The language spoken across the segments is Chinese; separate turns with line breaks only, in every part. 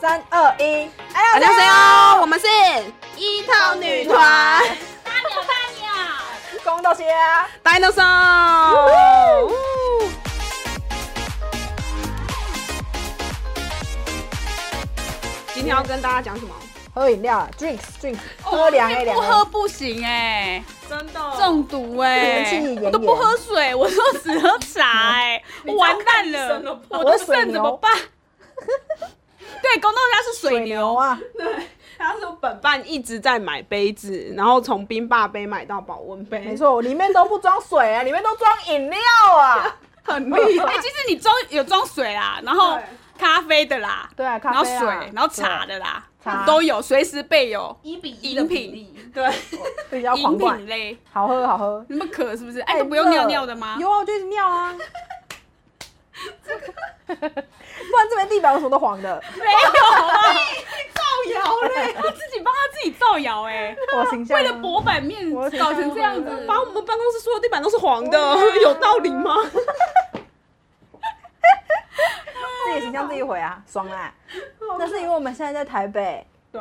三二一，
大
哎
家好，我们是
一套
女团，
八秒八秒，
公道些啊！
Dinosaur。今天要跟大家讲什么？
喝饮料，drinks drinks，喝凉哎凉
哦不
的，
喝不行哎、
真的
中毒哎、
元气炎炎
我都不喝水，我说只喝茶哎、我完蛋
你知道看医生了
了
吧，
我的肾怎么办？对，公道家是水
水
牛
牛，啊！
他是本办一直在买杯子，然后从冰霸杯买到保温杯，
没，错，里面都不装水啊，里面都装饮料啊。
很 厉
哎、
害。
其实你装有装水啦，然后
对
咖啡的啦，
对啊，
然
咖
后
啡
水
啊，，
然后茶的啦
茶，
都有，随时备有。
一比一的
饮
比
品
例，
对，
对比较
饮
狂灌
品，类，
好喝好喝。
那么渴是不是？哎、
太
都不用尿
热
尿的吗？
有啊，我就是尿啊。 不然这边地板有什么都黄的，
没有啊，造谣嘞， 他自己帮他自己造谣哎、
我形象啊
为了博版面
我
搞成这样子，
把我们办公室所有地板都是黄的，
啊
有道理吗？
自己形象自己毁啊，爽啊！那是因为我们现在在台北，
对，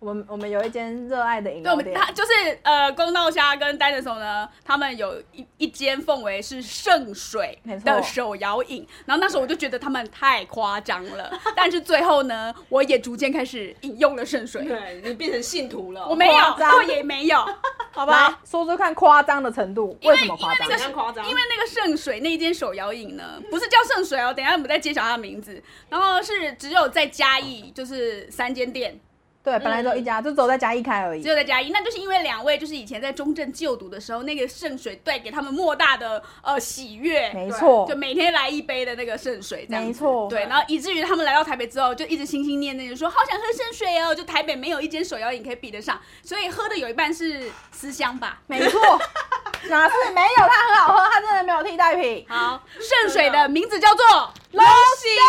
我们我们有一间热爱的饮
对，
料
我们
店，
他就是呃，公道虾跟丹的手呢，他们有一一间奉为是圣水
没错
的手摇饮，然后那时候我就觉得他们太夸张 了，但是最后呢，我也逐渐开始饮用了圣水，
对你变成信徒了，
我没有，
夸张
倒也没 有，
来
好吧。
说说看夸张的程度，为什么夸
因
张
为？那
怎
个
样夸张
因为那个圣水那一间手摇饮呢，不是叫圣水哦，等一下我们再揭晓它的名字。然后是只有在嘉义，就是三间店，
对，本来只有一家，就只有在嘉义开而已
只。有在嘉义。那嗯就是因为两位就是以前在中正就读的时候，那个圣水带给他们莫大的呃喜悦，
没错
就，每天来一杯的那个圣水，这样子
没错
对，然后以至于他们来到台北之后，就一直心心念念地说好想喝圣水哦，就台北没有一间手摇饮可以比得上，所以喝的有一半是思乡吧。
没错，哪是没有？它很好喝，它真的没有替代品。
好，圣水的名字叫做
龙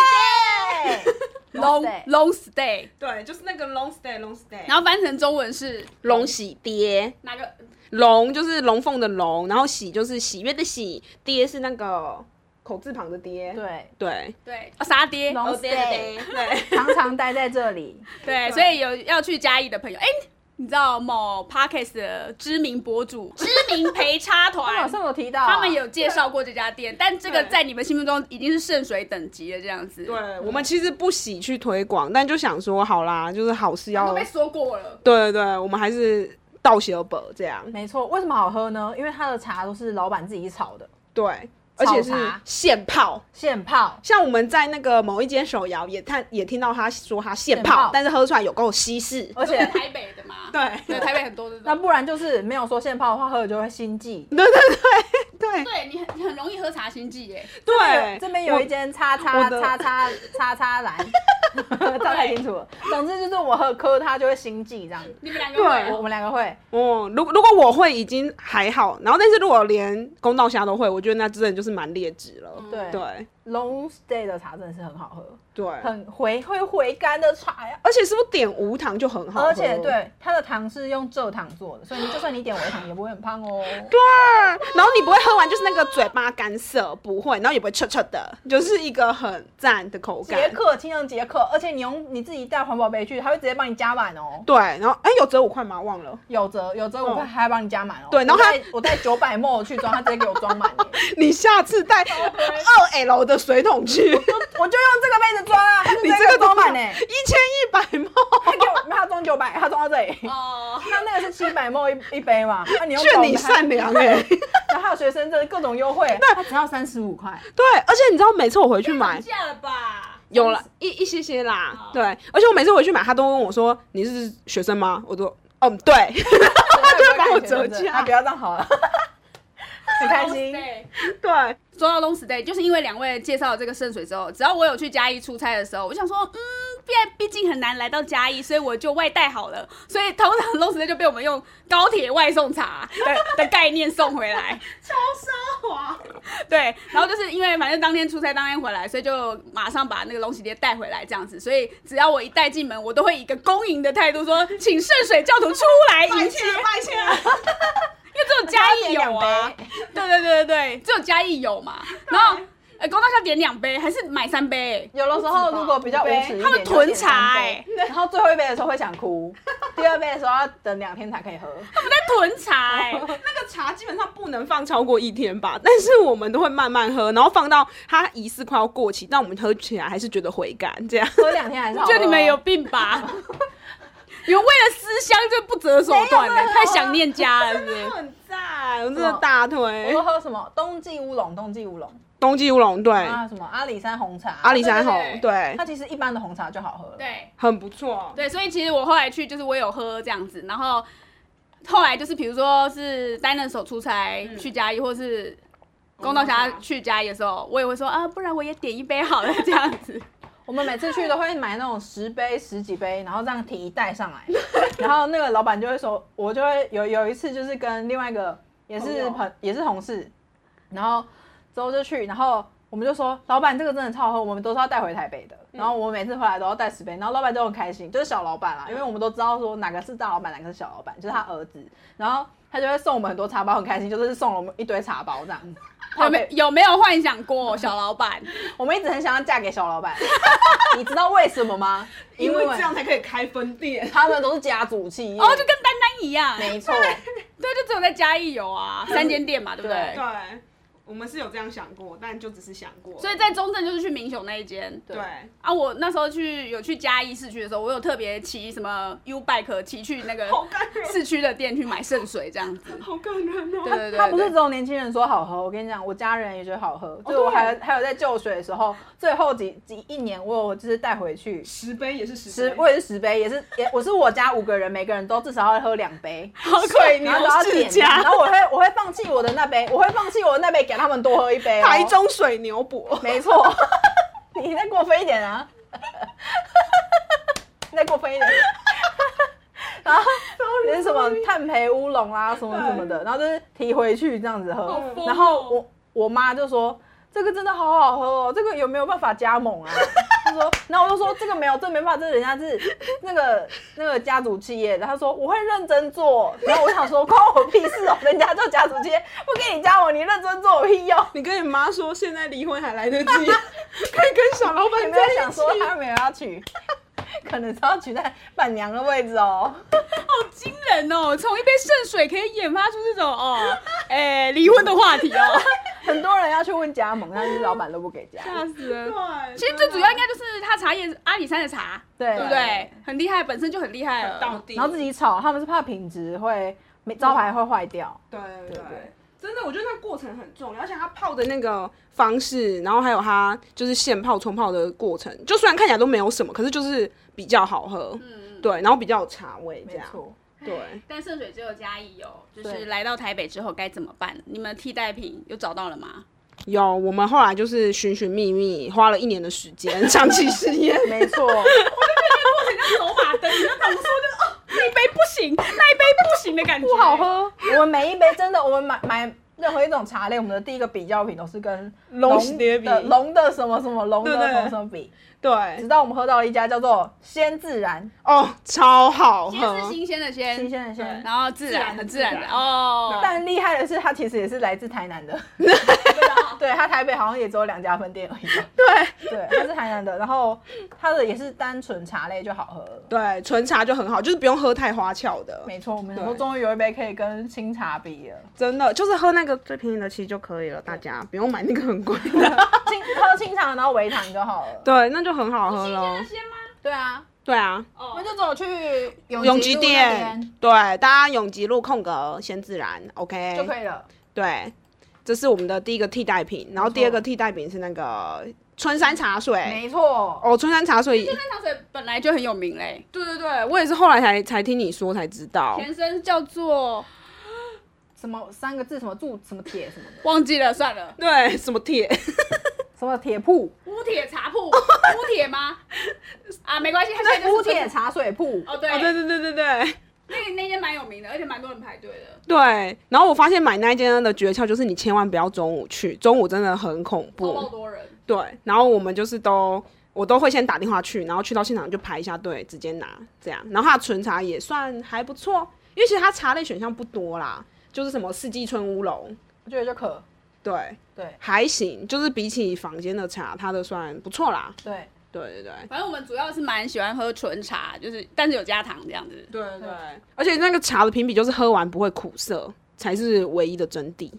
西
Long
Long
Long Stay，
对，就是那个 long stay long stay，
然后翻成中文是
龙喜爹，
哪个？
龙就是龙凤的龙，然后喜就是喜悦的喜，爹是那个口字旁的爹，
对，
对 Oh,
对，哦沙爹，
龙
哦
爹的爹
对，
常常待在这 里，
对，所以有要去嘉义的朋友，哎，你知道某 Parkes 的知名博主、 知名陪差
他们有
团，
上有提到啊，
他们有介绍过这家店，但这个
对
在你们心目中已经是圣水等级了，这样子。
对，
嗯
我们其实不喜去推广，但就想说好啦，就是好事要
都，被说过了。
对对对，我们还是道喜而本这样，
没错，为什么好喝呢？因为它的茶都是老板自己炒的，
对，而
炒
且是
茶
现泡。
现泡，
像我们在那个某一间手摇也看也听到他说他现
现
泡，
泡
但是喝出来有够稀释。
而
都在
且
台北的 嘛，
对
对，台北很多这
那
种。
不然就是没有说现泡的话，喝了就会心悸。
对
对你很你很容易喝茶心悸 耶，
对，
这边有一间叉叉
我的
叉 叉叉叉蓝，这太清楚了。总之就是我喝磕它就会心悸这样子。
你们两个
对
我我
会
们两个会，
哦，如如果我会已经还好，然后但是如果连公道虾都会，我觉得那真的就是蛮劣质了。
对
嗯对
Long Stay 的茶真的是很好喝，
对，
很回会回甘的茶呀。
而且是不是点无糖就很好喝
而且对它的糖是用蔗糖做的，所以你就算你点微糖也不会很胖哦。
对，然后你不会喝完就是那个嘴巴干涩，不会，然后也不会臭臭的，就是一个很赞的口
解
感。
渴，清凉解渴，而且你用你自己带环保杯去，它会直接帮你加满哦。
对，然后哎、有折五块吗？忘了，
有折有折，我会
嗯
还帮你加满哦。
对然后它
我带我带九百 ml 去装，它直接给我装满耶。
你下次带二 L 的水桶去，
我就用这个杯子装啊，它就直
你
接
这
给我
个欸
装满呢。
一千一百
他
吗？
给我，他装九百，他装到这里。
哦，
那那个是七百梦一一杯嘛？那、你用
劝
高
你
的
善良哎、
然后还有学生证各种优惠，他只要三十五块。
对，而且你知道每次我回去买
涨，价了吧？
有了一一些些啦
哦，
对，而且我每次回去买，他都问我说：“你是学生吗？”我都嗯，对，
他
就会帮我折价
他不要这样好了，很开心。
对。
对，
说到 long stay，就是因为两位介绍了这个圣水之后，只要我有去嘉义出差的时候，我想说，嗯，毕毕竟很难来到嘉义，所以我就外带好了。所以通常 long stay 就被我们用高铁外送 茶的的概念送回来，超奢华。对，然后就是因为反正当天出差，当天回来，所以就马上把那个龙喜爹带回来这样子。所以只要我一带进门，我都会以一个恭迎的态度说，请圣水教徒出来迎接，
卖钱啊，
因为只有嘉义有啊。对对对对对，只有嘉义有嘛。然后哎、公道价点两杯还是买三杯、
有的时候如果比较无耻一点，
他们囤茶
就点三杯然后最后一杯的时候会想哭，第二杯的时候要等两天才可以喝。
他们在囤茶、
哦
哎，
那个茶基本上不能放超过一天吧， 但是我们都会慢慢喝，然后放到它疑似快要过期，但我们喝起来还是觉得回甘这样。
喝两天还是好喝啊
就你们有病吧？ 你们为了思乡就不择手段了、
没有没有
太想念家了是不 是？
很赞，我真的大
我
推
说喝什么冬季乌龙，冬季乌龙
冬季乌龙，对，
啊，什么阿里山红茶，
阿里山
对
红，
对
对
它，其实一般的红茶就好喝了。，
对
很不错。
对，所以其实我后来去就是我有喝这样子，然后后来就是比如说是单人手出差
嗯
去嘉义，或是公道侠去嘉义的时候，我也会说啊，不然我也点一杯好了这样子。
我们每次去都会买那种十杯、十几杯，然后这样提一袋上来，然后那个老板就会说，我就会有有一次就是跟另外一个也是
朋
朋也是同事，然后之后就去，然后我们就说，老板这个真的超好喝，我们都是要带回台北的。然后我每次回来都要带十杯，然后老板就很开心，就是小老板啦，啊因为我们都知道说哪个是大老板，哪个是小老板，就是他儿子，然后他就会送我们很多茶包，很开心，就是送了我们一堆茶包这样。
有没有没有幻想过小老板？
我们一直很想要嫁给小老板， 你知道为什么吗？因为
才可以开分店。
他们都是家族企业，
哦，就跟丹丹一样，
没错，
对，就只有在嘉义有啊，三间店嘛，对不对
对？
对，我们是有这样想过，但就只是想过。
所以在中正就是去明雄那一间，
对
啊，我那时候去有去嘉义市区的时候，我有特别骑什么 U bike 骑去那个
好感人
市区的店去买圣水这样子。
好感人哦。
对对对，
他不是
对
只有年轻人说好喝，我跟你讲，我家人也觉得好喝。就是
对
我还还有在就学的时候，最后几几一年，我有就是带回去
十杯也是十
十，我也是十杯，也是也我是我家五个人，每个人都至少要喝两杯，
好愧你
然后都要点，然后我会我会放弃我的那杯，我会放弃我的那杯给他们多喝一杯、哦。
台，中水牛 博，
没错，你再过分一点啊！ 你再过分一点。然后连什 么炭焙乌龙啊，什么什么的，然后就是提回去这样子喝嗯
好疯。哦
然后我我妈就说：“这个真的好好喝哦，这个有没有办法加盟啊？” 她说，然后我就说：“这个没有，这没办法，这人家是那个那个家族企业。”然后她说：“我会认真做。”然后我想说：“关我屁事哦，人家就家族企业，不给你加盟，你认真做有屁用。”
你跟你妈说现在离婚还来得及， 可以跟小老
你
板
没有
在一
想
起
说。他没有要娶，可能是要娶在伴娘的位置哦。
好惊人 哦！从一杯圣水可以研发出这种哦，哎，离婚的话题哦，
很多人要去问加盟，但是老板都不给加。
吓死人！
对，
其实最主要应该就是他茶叶是阿里山的茶，
对
对不对？很厉害，本身就很厉害了。
到底，
然后自己炒，他们是怕品质会没招牌会坏掉。
对对
对
对，真的，我觉得那过程很重要，而且它泡的那个方式，然后还有它就是现泡、冲泡的过程，就虽然看起来都没有什么，可是就是比较好喝，嗯，对，然后比较有茶味这
没
样，
错，
对。
但圣水只有嘉义有，就
对
是来到台北之后该怎么办？你们替代品有找到了吗？
有，我们后来就是寻寻觅觅，花了一年的时间，长期试验，
没错，
人家走马灯，你就怎么说就是哦，那一杯不行，那一杯不行的感觉，
不好。喝。我们每一杯真的，我们买买任何一种茶类，我们的第一个比较品都是跟
龙
龙
史爹比
的龙的什么什么龙的
对对
什么什么比。
对，
直到我们喝到了一家叫做鲜自然，
哦，超好
先是
喝，
新鲜的鲜，
新鲜的鲜。
然后自然的自然的哦，
但厉害的是，它其实也是来自台南的。 对，它台北好像也只有两家分店而已。对，对，它是台南的，然后它的也是单纯茶类就好喝了。
对，纯茶就很好，就是不用喝太花俏的，
没错，我们想说
对
终于有一杯可以跟清茶比了。
真的就是喝那个最便宜的其实就可以了，大家不用买那个很贵的。
清喝清茶，然后微糖就好了。
对，那就很好喝喽。
鲜吗？哦
对啊，
对啊，
我们就走去
永
永
吉
吉
店
店，
对，大家永吉路空格先自然，OK，
就可以了。
对，这是我们的第一个替代品，然后
没错
第二个替代品是那个春山茶水。
没错，
哦，春山茶水
天山茶水本来就很有名嘞，
对对对，我也是后来才才听你说才知道。
前身叫做
什么三个字，什么铸，什么铁，什么的，
忘记了，算了。
对，什么铁？
什么铁铺，
乌铁茶铺， 乌铁吗？啊，没关系，它现在就是
乌铁茶水铺。
哦，对
哦，，对对对对对
那个那间蛮有名的，而且蛮多人排队的。
对。然后我发现买那一间的诀窍就是你千万不要中午去，中午真的很恐怖。
超多人，
对，然后我们就是都我都会先打电话去，然后去到现场就排一下队，直接拿这样。然后它的纯茶也算还不错，因为其实它茶类选项不多啦，就是什么四季春乌龙，
我觉得就可，
对
对
还行，就是比起房间的茶，它的算不错啦。
对
对对对。
反正我们主要是蛮喜欢喝纯茶，就是但是有加糖这样子。
对对，而且那个茶的评比就是喝完不会苦涩，才是唯一的真 谛。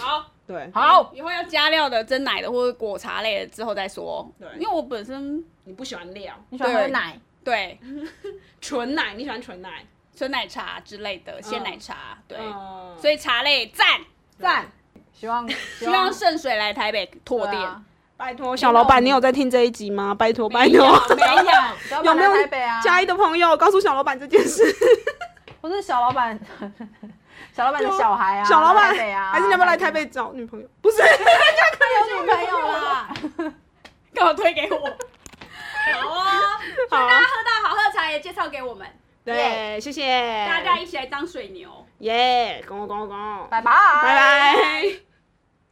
好，
对，
好，
以后要加料的、蒸奶的或者果茶类的之后再说。
对
因为我本身
你不喜欢料，
你喜欢喝奶？
对
纯奶，你喜欢纯奶，
纯奶茶之类的鲜奶茶，对，
嗯
所以茶类赞，
赞，希望希
希望圣水来台北拓
对
店。
啊
拜托小老板，你有在听这一集吗？拜托 拜
没有
托，
没有，小老
有
板
没
来
有
台北啊？
嘉义的朋友告诉小老板这 件事？
不是小老板， 小老板的小孩啊，
小老
来
板
台北啊，
还是你要不要来台？北找女朋友？不是，
他有女朋友 啦，
刚好推给我。 好哦， 喝
好，
到好喝的茶也介绍给我们，
对，谢谢
大家一起来当水牛。
耶，跟我跟我跟我，
拜
拜拜。